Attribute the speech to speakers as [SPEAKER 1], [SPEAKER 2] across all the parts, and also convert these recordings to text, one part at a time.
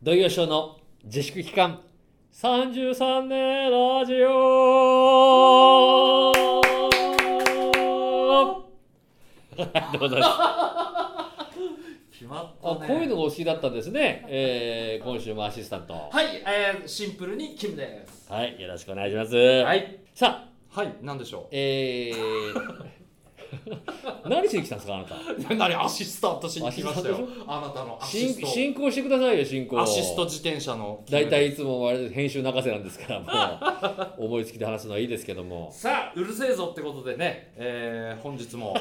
[SPEAKER 1] 土曜ショーの自粛期間33年ラ ジオありがとうございます
[SPEAKER 2] 決まっ
[SPEAKER 1] あ
[SPEAKER 2] たね
[SPEAKER 1] こういうのがお好きだったんですね、えー今週もアシスタントは
[SPEAKER 2] はい、えー、シンプルにキムです
[SPEAKER 1] い、よろしくお願いします、
[SPEAKER 2] はい
[SPEAKER 1] さあ
[SPEAKER 2] はい何でしょ
[SPEAKER 1] えー 何しに来たんですかあなた
[SPEAKER 2] う何アシスタントしに来ました
[SPEAKER 1] ア
[SPEAKER 2] よ
[SPEAKER 1] シ
[SPEAKER 2] あなたのアシ
[SPEAKER 1] 進
[SPEAKER 2] スト
[SPEAKER 1] 進行してくださいよ進行
[SPEAKER 2] アシスト自転車のキム
[SPEAKER 1] 大体いつもあれです編集泣かせなんですからもう思いつきで話すのはいいですけども
[SPEAKER 2] さあうるせえぞってことでね、えー、本日 も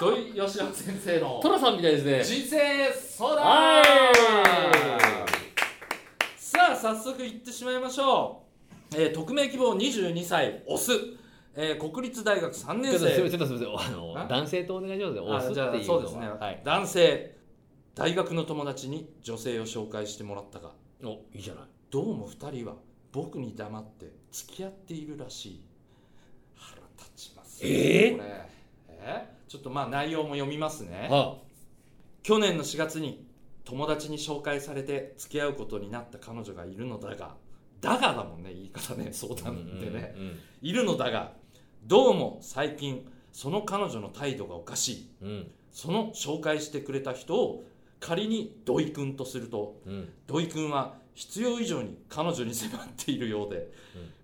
[SPEAKER 2] 土井善明先生の
[SPEAKER 1] 寅さんみたいですね
[SPEAKER 2] 人生相談
[SPEAKER 1] はい
[SPEAKER 2] さあ早速行ってしまいましょう、えー、匿名希望22歳オス、えー、国立大学3
[SPEAKER 1] ちょっ
[SPEAKER 2] 年
[SPEAKER 1] とすみ
[SPEAKER 2] 生
[SPEAKER 1] ませんちょっとすみませんあの
[SPEAKER 2] あ
[SPEAKER 1] 男性とお願いしますよ押す
[SPEAKER 2] あ
[SPEAKER 1] っ
[SPEAKER 2] じゃあ
[SPEAKER 1] ていうの
[SPEAKER 2] そ
[SPEAKER 1] は
[SPEAKER 2] うですね、
[SPEAKER 1] はい、
[SPEAKER 2] 男性大学の友達に女性を紹介してもらったが
[SPEAKER 1] おいいじゃない
[SPEAKER 2] どうも2人は僕に黙って付き合っているらしい腹立ちますね
[SPEAKER 1] えー
[SPEAKER 2] これえーちょっとまあ内容も読みますね
[SPEAKER 1] は
[SPEAKER 2] 去年の4月に友達に紹介されて付き合うことになった彼女がいるのだがだがだもんね言い方ね相
[SPEAKER 1] あ、
[SPEAKER 2] 談でね、
[SPEAKER 1] うん
[SPEAKER 2] いるのだがどうも最近その彼女の態度がおかしい
[SPEAKER 1] うん
[SPEAKER 2] その紹介してくれた人を仮に土井君とすると
[SPEAKER 1] うんうん
[SPEAKER 2] 土井君は必要以上に彼女に迫っているようで、
[SPEAKER 1] うん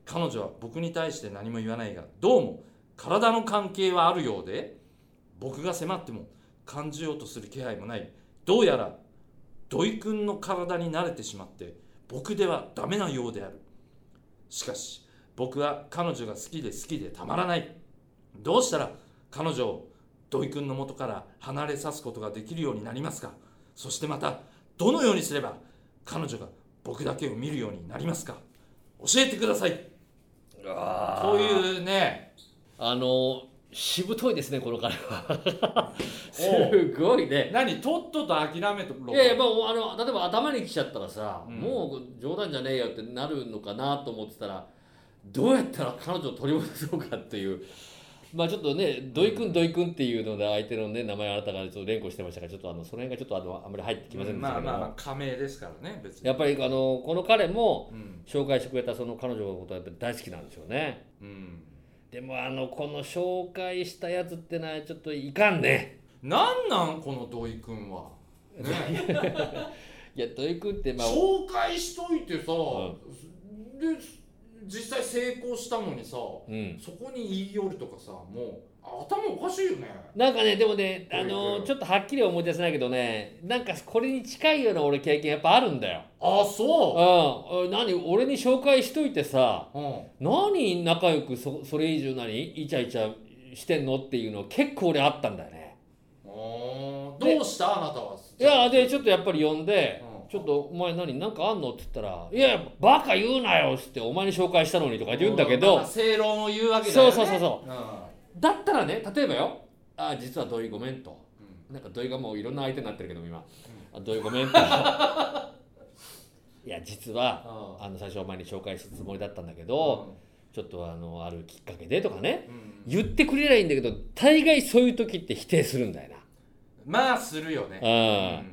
[SPEAKER 2] 彼女は僕に対して何も言わないがどうも体の関係はあるようで僕が迫っても感じようとする気配もないどうやら土井君の体に慣れてしまって僕ではダメなようであるしかし僕は彼女が好きで好きでたまらないどうしたら彼女を土井君の元から離れさすことができるようになりますかそしてまたどのようにすれば彼女が僕だけを見るようになりますか教えてくださいこういうね
[SPEAKER 1] あのしぶといですねこの 彼はす
[SPEAKER 2] お
[SPEAKER 1] ごいね
[SPEAKER 2] 何とっとと諦めと
[SPEAKER 1] い
[SPEAKER 2] ろ
[SPEAKER 1] やいやまああの例えば頭に来ちゃったらさ、
[SPEAKER 2] うん
[SPEAKER 1] もう冗談じゃねえよってなるのかなと思ってたらどうやったら彼女を取り戻そうかっていうまあちょっとね土井君土井君っていうので相手のね名前あなたがちょっと連呼してましたからちょっとあのその辺がちょっとあのあんまり入ってきませんでした
[SPEAKER 2] まあ
[SPEAKER 1] けど
[SPEAKER 2] まあまあ
[SPEAKER 1] も
[SPEAKER 2] 仮名ですからね別に
[SPEAKER 1] やっぱりあのこの彼も
[SPEAKER 2] うん、
[SPEAKER 1] 紹介してくれたその彼女のことはやっぱり大好きなんでしょうね
[SPEAKER 2] うん、
[SPEAKER 1] でもあのこの紹介したやつってのはちょっといかんね
[SPEAKER 2] なんなんこの土井くんは、ね、
[SPEAKER 1] いや土井君ってまあ
[SPEAKER 2] 紹介しといてさ、
[SPEAKER 1] う
[SPEAKER 2] で実際成功したのにさ
[SPEAKER 1] うん
[SPEAKER 2] そこに言い寄るとかさもう頭おかしいよね
[SPEAKER 1] なんかねでもねあ
[SPEAKER 2] う
[SPEAKER 1] の
[SPEAKER 2] ん
[SPEAKER 1] ちょっとはっきりは思い出せないけどねなんかこれに近いような俺経験やっぱあるんだよ。
[SPEAKER 2] あそう
[SPEAKER 1] うん、何俺に紹介しといてさ
[SPEAKER 2] うん、
[SPEAKER 1] 何仲良くそそれ以上何イチャイチャしてんのっていうの結構俺あったんだよね。
[SPEAKER 2] ど
[SPEAKER 1] で
[SPEAKER 2] うしたあなたはい
[SPEAKER 1] やでちょっとやっぱり呼んで
[SPEAKER 2] う
[SPEAKER 1] 「
[SPEAKER 2] ん
[SPEAKER 1] ちょっとお前何なんかあんの?」って言ったら「いやいやバカ言うなよ」っつって「お前に紹介したのに」とか言うんだけ
[SPEAKER 2] まあ
[SPEAKER 1] ど
[SPEAKER 2] 正論を言うわけだよね
[SPEAKER 1] そうそうそうそ
[SPEAKER 2] うん
[SPEAKER 1] だったらね例えばよ「あ実は土井ごめん」と。なんか土井がもういろんな相手になってるけども今「あ土井ごめん」って いや実は
[SPEAKER 2] うん
[SPEAKER 1] あの最初お前に紹介するつもりだったんだけど、ちょっとあのあるきっかけでとかね
[SPEAKER 2] うん
[SPEAKER 1] 言ってくれりゃいいんだけど大概そういう時って否定するんだよな。
[SPEAKER 2] まあするよね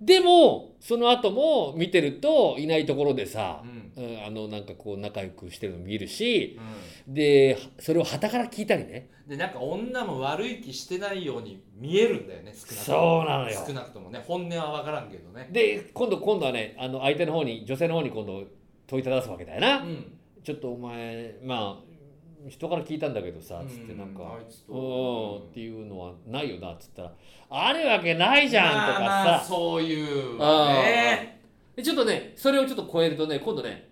[SPEAKER 1] うんでもその後も見てるといないところでさ
[SPEAKER 2] う、ん
[SPEAKER 1] うんあのなんかこう仲良くしてるの見るし
[SPEAKER 2] う
[SPEAKER 1] でそれを傍から聞いたりね
[SPEAKER 2] んでなんか女も悪い気してないように見えるんだよね少なくとも
[SPEAKER 1] そうなのよ
[SPEAKER 2] 少なくともね本音は分からんけどね
[SPEAKER 1] で今度今度はねあの相手の方に女性の方に今度問いただすわけだよな。
[SPEAKER 2] うん
[SPEAKER 1] ちょっとお前まあ人から聞いたんだけどさ」つってなんか「
[SPEAKER 2] あ
[SPEAKER 1] う
[SPEAKER 2] いつと
[SPEAKER 1] ん」って
[SPEAKER 2] う
[SPEAKER 1] いうのはないよなっつったら「あるわけない
[SPEAKER 2] ん
[SPEAKER 1] じゃん」とかさ、
[SPEAKER 2] まあまあそういう
[SPEAKER 1] あー
[SPEAKER 2] ね
[SPEAKER 1] でちょっとねそれをちょっと超えるとね今度ね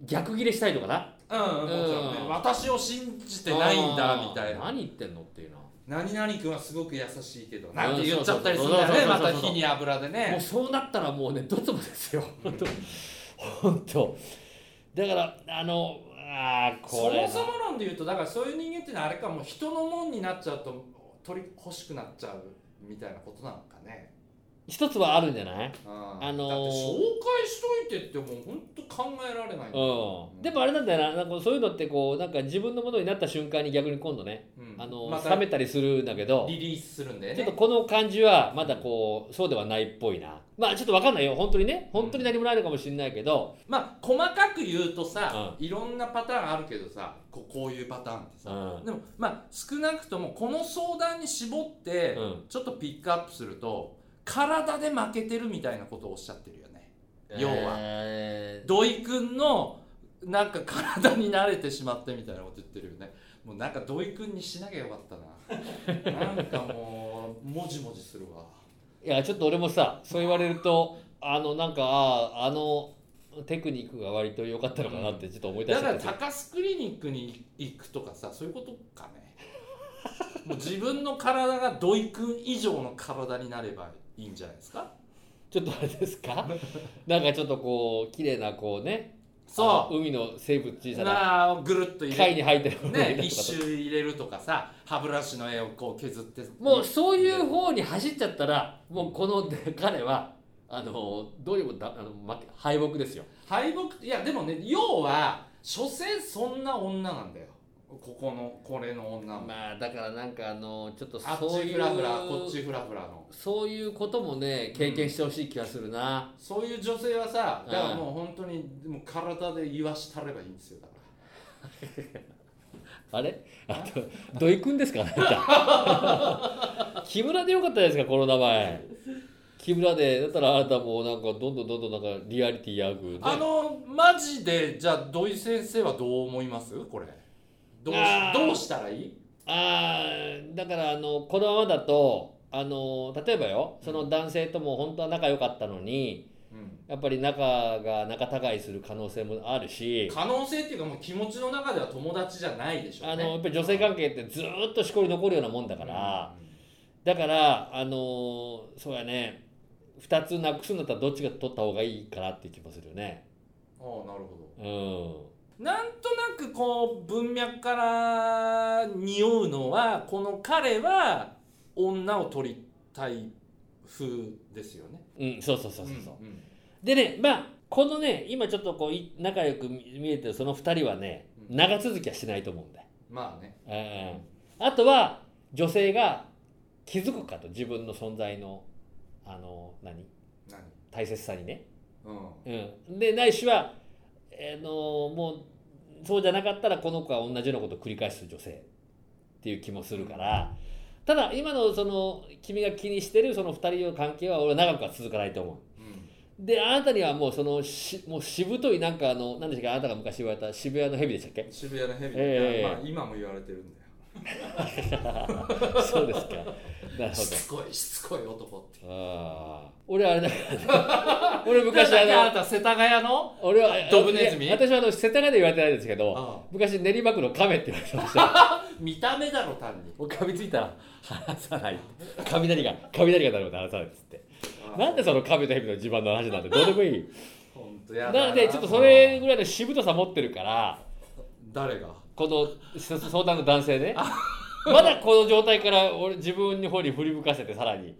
[SPEAKER 2] うん
[SPEAKER 1] 逆ギレしたいとかな
[SPEAKER 2] うんもちろんね
[SPEAKER 1] うん
[SPEAKER 2] 私を信じてないんだ
[SPEAKER 1] あー
[SPEAKER 2] みたいな
[SPEAKER 1] 何言ってんのっていうな
[SPEAKER 2] 何々君はすごく優しいけど
[SPEAKER 1] ん
[SPEAKER 2] なんて言っちゃったりするんだよ
[SPEAKER 1] そうそう
[SPEAKER 2] ね
[SPEAKER 1] そう
[SPEAKER 2] ま
[SPEAKER 1] そう
[SPEAKER 2] た火に油で
[SPEAKER 1] もう
[SPEAKER 2] ね
[SPEAKER 1] そうなったらもうねどつもですよ本当本当だからあのあー
[SPEAKER 2] そ
[SPEAKER 1] これ
[SPEAKER 2] も
[SPEAKER 1] な
[SPEAKER 2] そも論で言うとだからそういう人間っていうのはあれかもう人のもんになっちゃうと取り欲しくなっちゃうみたいなことなのかね
[SPEAKER 1] 一つはあるんじゃない
[SPEAKER 2] あ
[SPEAKER 1] あのー
[SPEAKER 2] だって紹介しといてってもうほんと考えられない
[SPEAKER 1] うん、でもあれなんだよななんかそういうのってこうなんか自分のものになった瞬間に逆に今度ね、
[SPEAKER 2] うん
[SPEAKER 1] あの
[SPEAKER 2] また
[SPEAKER 1] 冷めたりするんだけど、
[SPEAKER 2] リリースするんで
[SPEAKER 1] ちょっと
[SPEAKER 2] ね
[SPEAKER 1] この感じはまだこうそうではないっぽいなまあちょっとわかんないよ本当にね本当に何もないのかもしれないけど、
[SPEAKER 2] まあ細かく言うとさ、いろんなパターンあるけどさここういうパターンって
[SPEAKER 1] う
[SPEAKER 2] さ、
[SPEAKER 1] ん
[SPEAKER 2] でもまあ少なくともこの相談に絞って、
[SPEAKER 1] うん
[SPEAKER 2] ちょっとピックアップすると体で負けてるみたいなことをおっしゃってるよね要は
[SPEAKER 1] え
[SPEAKER 2] 土井くんのなんか体に慣れてしまってみたいなこと言ってるよねもうなんか土井くんにしなきゃよかったななんかもうもじもじするわ
[SPEAKER 1] ーいやちょっと俺もさそう言われるとあのなんかあーあのテクニックが割と良かったのかなってちょっと思い出し
[SPEAKER 2] だ
[SPEAKER 1] ち
[SPEAKER 2] か
[SPEAKER 1] ゃ
[SPEAKER 2] ら
[SPEAKER 1] ったけど、
[SPEAKER 2] 高須クリニックに行くとかさそういうことかねもう自分の体が土井くん以上の体になればいいんじゃないですか
[SPEAKER 1] ちょっとあれです かなんかちょっとこう綺麗なこうねあ
[SPEAKER 2] そ
[SPEAKER 1] の海の生物小
[SPEAKER 2] う
[SPEAKER 1] さな
[SPEAKER 2] なあぐるっと入れ
[SPEAKER 1] 貝
[SPEAKER 2] る
[SPEAKER 1] に入ってるものがい
[SPEAKER 2] ね
[SPEAKER 1] たりとか
[SPEAKER 2] 一周入れるとかさ歯ブラシの絵をこう削って
[SPEAKER 1] もうそういう方に走っちゃったらもうこの彼はあのどうにもだあの負け敗北ですよ
[SPEAKER 2] 敗北いやでもね要は所詮そんな女なんだよここのこれの女も、
[SPEAKER 1] まあだからなんかあのちょっと
[SPEAKER 2] あっ
[SPEAKER 1] そう
[SPEAKER 2] ち
[SPEAKER 1] いう
[SPEAKER 2] フラフラこっちフラフラの
[SPEAKER 1] そういうこともね経験してほしい気がするな、
[SPEAKER 2] そういう女性はさ
[SPEAKER 1] うん
[SPEAKER 2] だからもう本当にもう体で言わしたればいいんですよだか
[SPEAKER 1] あれあと土井くんですかあなた 木村でよかったじゃないですかこの名前木村でだったらあなたもうなんかどんどんどんどんなんかリアリティやぐ、ね、
[SPEAKER 2] らあのマジでじゃあ土井先生はどう思いますこれどうし
[SPEAKER 1] あー
[SPEAKER 2] どうしたらいい
[SPEAKER 1] あーだからあのこのままだとあの例えばよその男性とも本当は仲良かったのに
[SPEAKER 2] うん
[SPEAKER 1] やっぱり仲が仲違いする可能性もあるし
[SPEAKER 2] 可能性っていうかもう気持ちの中では友達じゃないでしょうね
[SPEAKER 1] あのやっぱり女性関係ってずーっとしこり残るようなもんだから、だからあのそうやね2つなくすんだったらどっちが取った方がいいかなっていう気もするよね。
[SPEAKER 2] うんああなるほど
[SPEAKER 1] うん
[SPEAKER 2] なんとなくこう文脈から匂うのはこの彼は女を取りたい風ですよね。
[SPEAKER 1] うん、そうそうそうそうそう、
[SPEAKER 2] うんうん
[SPEAKER 1] でねまあこのね今ちょっとこうい仲良く見えてるその2人はね
[SPEAKER 2] うん
[SPEAKER 1] 長続きはしないと思うんだよ
[SPEAKER 2] まあね。
[SPEAKER 1] うんあとは女性が気づくかと自分の存在のあの何
[SPEAKER 2] 何
[SPEAKER 1] 大切さにね、
[SPEAKER 2] うん。
[SPEAKER 1] うん、でないしは、えーのもうそうじゃなかったらこの子は同じようなことを繰り返す女性っていう気もするからただ今のその君が気にしてるその2人の関係は俺は長くは続かないと思う。
[SPEAKER 2] うん。
[SPEAKER 1] であなたにはもうそのしもうしぶといなんかあの何でしたっけあなたが昔言われた渋谷の蛇でしたっけ
[SPEAKER 2] 渋谷のヘビ、
[SPEAKER 1] ええ
[SPEAKER 2] まあ今も言われてるんだよ。
[SPEAKER 1] そうですか。なるほ
[SPEAKER 2] し
[SPEAKER 1] ど。
[SPEAKER 2] つこいしつこい男って。
[SPEAKER 1] ああ。俺あれだから、ね、 俺昔あ
[SPEAKER 2] あな
[SPEAKER 1] の、
[SPEAKER 2] た世田谷の
[SPEAKER 1] 俺は、
[SPEAKER 2] ドブネズミ
[SPEAKER 1] いや私はあの、世田谷で言われてないですけど、
[SPEAKER 2] あ
[SPEAKER 1] 昔練馬区の亀って言われてました。
[SPEAKER 2] あ見た目だろ単に。
[SPEAKER 1] もう噛みついたら離さない。雷が、雷が鳴るまで離さないっつって。なんでその亀と蛇の地盤の話なんてどうでもいい。
[SPEAKER 2] 本当や
[SPEAKER 1] な
[SPEAKER 2] だ
[SPEAKER 1] ので、ちょっとそれぐらいのしぶとさ持ってるから、
[SPEAKER 2] 誰が
[SPEAKER 1] このそ相談の男性ね。まだこの状態から俺自分の方に振り向かせてさらに
[SPEAKER 2] う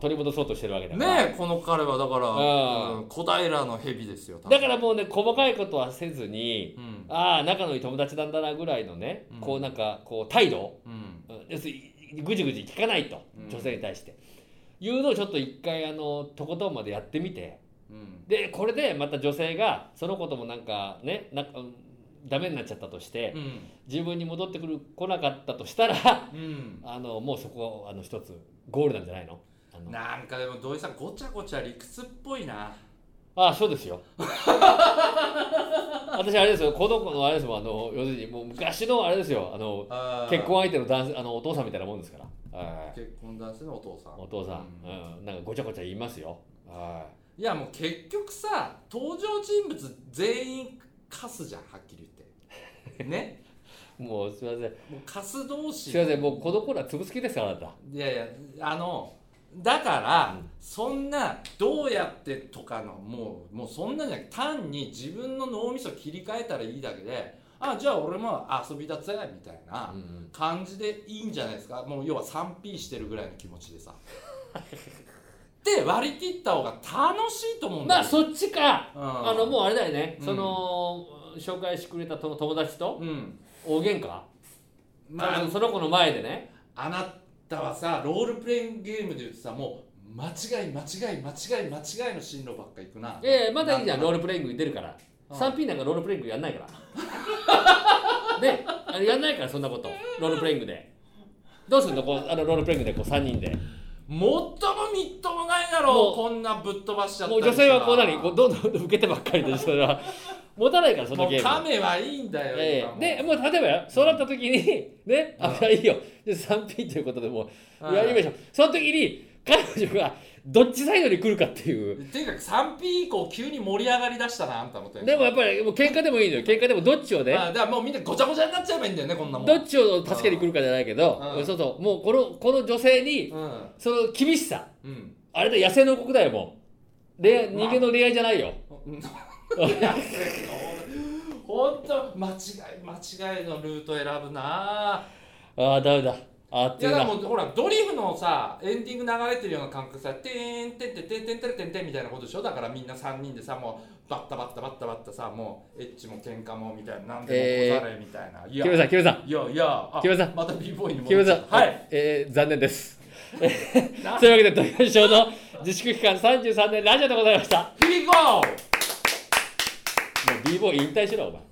[SPEAKER 1] 取り戻そうとしてるわけだ
[SPEAKER 2] ん。
[SPEAKER 1] から。
[SPEAKER 2] ねえこの彼はだから、
[SPEAKER 1] うん
[SPEAKER 2] うん小平のヘビですよ。多分
[SPEAKER 1] だからもうね細かいことはせずに
[SPEAKER 2] うん
[SPEAKER 1] ああ仲のいい友達なんだなぐらいのね、
[SPEAKER 2] うん
[SPEAKER 1] こうなんかこう態度
[SPEAKER 2] うん。
[SPEAKER 1] うん要するにぐじぐじ聞かないと
[SPEAKER 2] うん
[SPEAKER 1] 女性に対して、いうのをちょっと一回あのとことんまでやってみて
[SPEAKER 2] うん。
[SPEAKER 1] でこれでまた女性がそのこともなんかねなんかうんダメになっちゃったとして
[SPEAKER 2] うん。
[SPEAKER 1] 自分に戻ってくる来なかったとしたら
[SPEAKER 2] うん。
[SPEAKER 1] あのもうそこあの一つゴールなんじゃないのあの
[SPEAKER 2] なんかでも土井さんごちゃごちゃ理屈っぽいな
[SPEAKER 1] ああそうですよ 私あれですよこの子のあれですもんあの要するにもう昔のあれですよあの結婚相手の男性あのお父さんみたいなもんですからはい
[SPEAKER 2] 結婚男性のお父さん
[SPEAKER 1] お父さん、
[SPEAKER 2] う
[SPEAKER 1] うん、なんかごちゃごちゃ言いますよはい
[SPEAKER 2] やもう結局さ登場人物全員カスじゃんはっきり 言ってね
[SPEAKER 1] いもうすいません
[SPEAKER 2] もうカス同士
[SPEAKER 1] すいませんもうこの頃は潰す気ですよあなた
[SPEAKER 2] いやいやあのだから、
[SPEAKER 1] うん
[SPEAKER 2] そんなどうやってとかのもうもうそんなんじゃなく単に自分の脳みそ切り替えたらいいだけであじゃあ俺も遊びだぜみたいな、
[SPEAKER 1] うんうん
[SPEAKER 2] 感じでいいんじゃないですかもう要は 3P してるぐらいの気持ちでさって割り切った方が楽しいと思うんだ
[SPEAKER 1] まあ
[SPEAKER 2] よ、
[SPEAKER 1] そっちか
[SPEAKER 2] うん、
[SPEAKER 1] あのもうあれだよね、
[SPEAKER 2] うん
[SPEAKER 1] その紹介してくれたと友達と
[SPEAKER 2] うん
[SPEAKER 1] 大喧嘩、
[SPEAKER 2] まあ
[SPEAKER 1] その子の前でね
[SPEAKER 2] あなたはさロールプレイングゲームで言ってさもう間違い間違い間違い間違いの進路ばっか行くな
[SPEAKER 1] ええまだいいじゃん
[SPEAKER 2] な
[SPEAKER 1] ロ
[SPEAKER 2] か
[SPEAKER 1] ールプレイングに出るから
[SPEAKER 2] うん
[SPEAKER 1] 3P なんかロールプレイングやんないから ねあれやんないからそんなことロールプレイングでどうすんのこうあのロールプレイングでこう3人で
[SPEAKER 2] もっともみっともないだ
[SPEAKER 1] も
[SPEAKER 2] ろ
[SPEAKER 1] う
[SPEAKER 2] うこんなぶっ飛ばしちゃった
[SPEAKER 1] もう
[SPEAKER 2] り
[SPEAKER 1] 女
[SPEAKER 2] した
[SPEAKER 1] 性
[SPEAKER 2] ら
[SPEAKER 1] はこう何こうどんどん受けてばっかりでそれは持たないからその
[SPEAKER 2] も
[SPEAKER 1] ゲ
[SPEAKER 2] う
[SPEAKER 1] ー
[SPEAKER 2] カ
[SPEAKER 1] ム
[SPEAKER 2] メはいいんだよ、
[SPEAKER 1] ええで
[SPEAKER 2] 今
[SPEAKER 1] もう例えばよそうなった時にね
[SPEAKER 2] う
[SPEAKER 1] あ
[SPEAKER 2] ん
[SPEAKER 1] じゃあいいよで 3P ということでも
[SPEAKER 2] う
[SPEAKER 1] うんやりましょうその時に彼女がどっちサイドに来るかっていう
[SPEAKER 2] ていうか 3P 以降急に盛り上がりだしたなあんたのテンシ
[SPEAKER 1] で
[SPEAKER 2] ョン
[SPEAKER 1] もやっぱりもう喧嘩でもいいのよ喧嘩でもどっちをね
[SPEAKER 2] あだからもうみんなごちゃごちゃになっちゃえばいいんだよねこんなもん
[SPEAKER 1] どっちを助けに来るかじゃないけど、
[SPEAKER 2] うん
[SPEAKER 1] そうそうもうこのこの女性に
[SPEAKER 2] うん
[SPEAKER 1] その厳しさ
[SPEAKER 2] うん
[SPEAKER 1] あれだ野生の国だよもう恋愛
[SPEAKER 2] まあ
[SPEAKER 1] 人間の恋愛じゃないよ、
[SPEAKER 2] 本当間違い間違いのルート選ぶなあ
[SPEAKER 1] ああダメだあっ
[SPEAKER 2] い
[SPEAKER 1] てい
[SPEAKER 2] や
[SPEAKER 1] う
[SPEAKER 2] だから
[SPEAKER 1] な
[SPEAKER 2] もうほらドリフのさエンディング流れてるような感覚さ「てーんてんてんてんてんてんてんてん」みたいなことでしょだからみんな3人でさもうバッタバッタバッタバッタさもうエッチも喧嘩もみたいななんでもこざれみたいな、い
[SPEAKER 1] 木
[SPEAKER 2] や
[SPEAKER 1] 村さん木村さん
[SPEAKER 2] いやいやあ
[SPEAKER 1] 木村さん
[SPEAKER 2] また b ボーイに
[SPEAKER 1] 木
[SPEAKER 2] 戻っ
[SPEAKER 1] 村さ
[SPEAKER 2] ちゃっ
[SPEAKER 1] ん
[SPEAKER 2] たはい、
[SPEAKER 1] えー残念です
[SPEAKER 2] な
[SPEAKER 1] というわけで土曜ショーの自粛期間33年ラジオでございましたも
[SPEAKER 2] 響こ
[SPEAKER 1] う
[SPEAKER 2] う
[SPEAKER 1] b ボーイ引退しろお前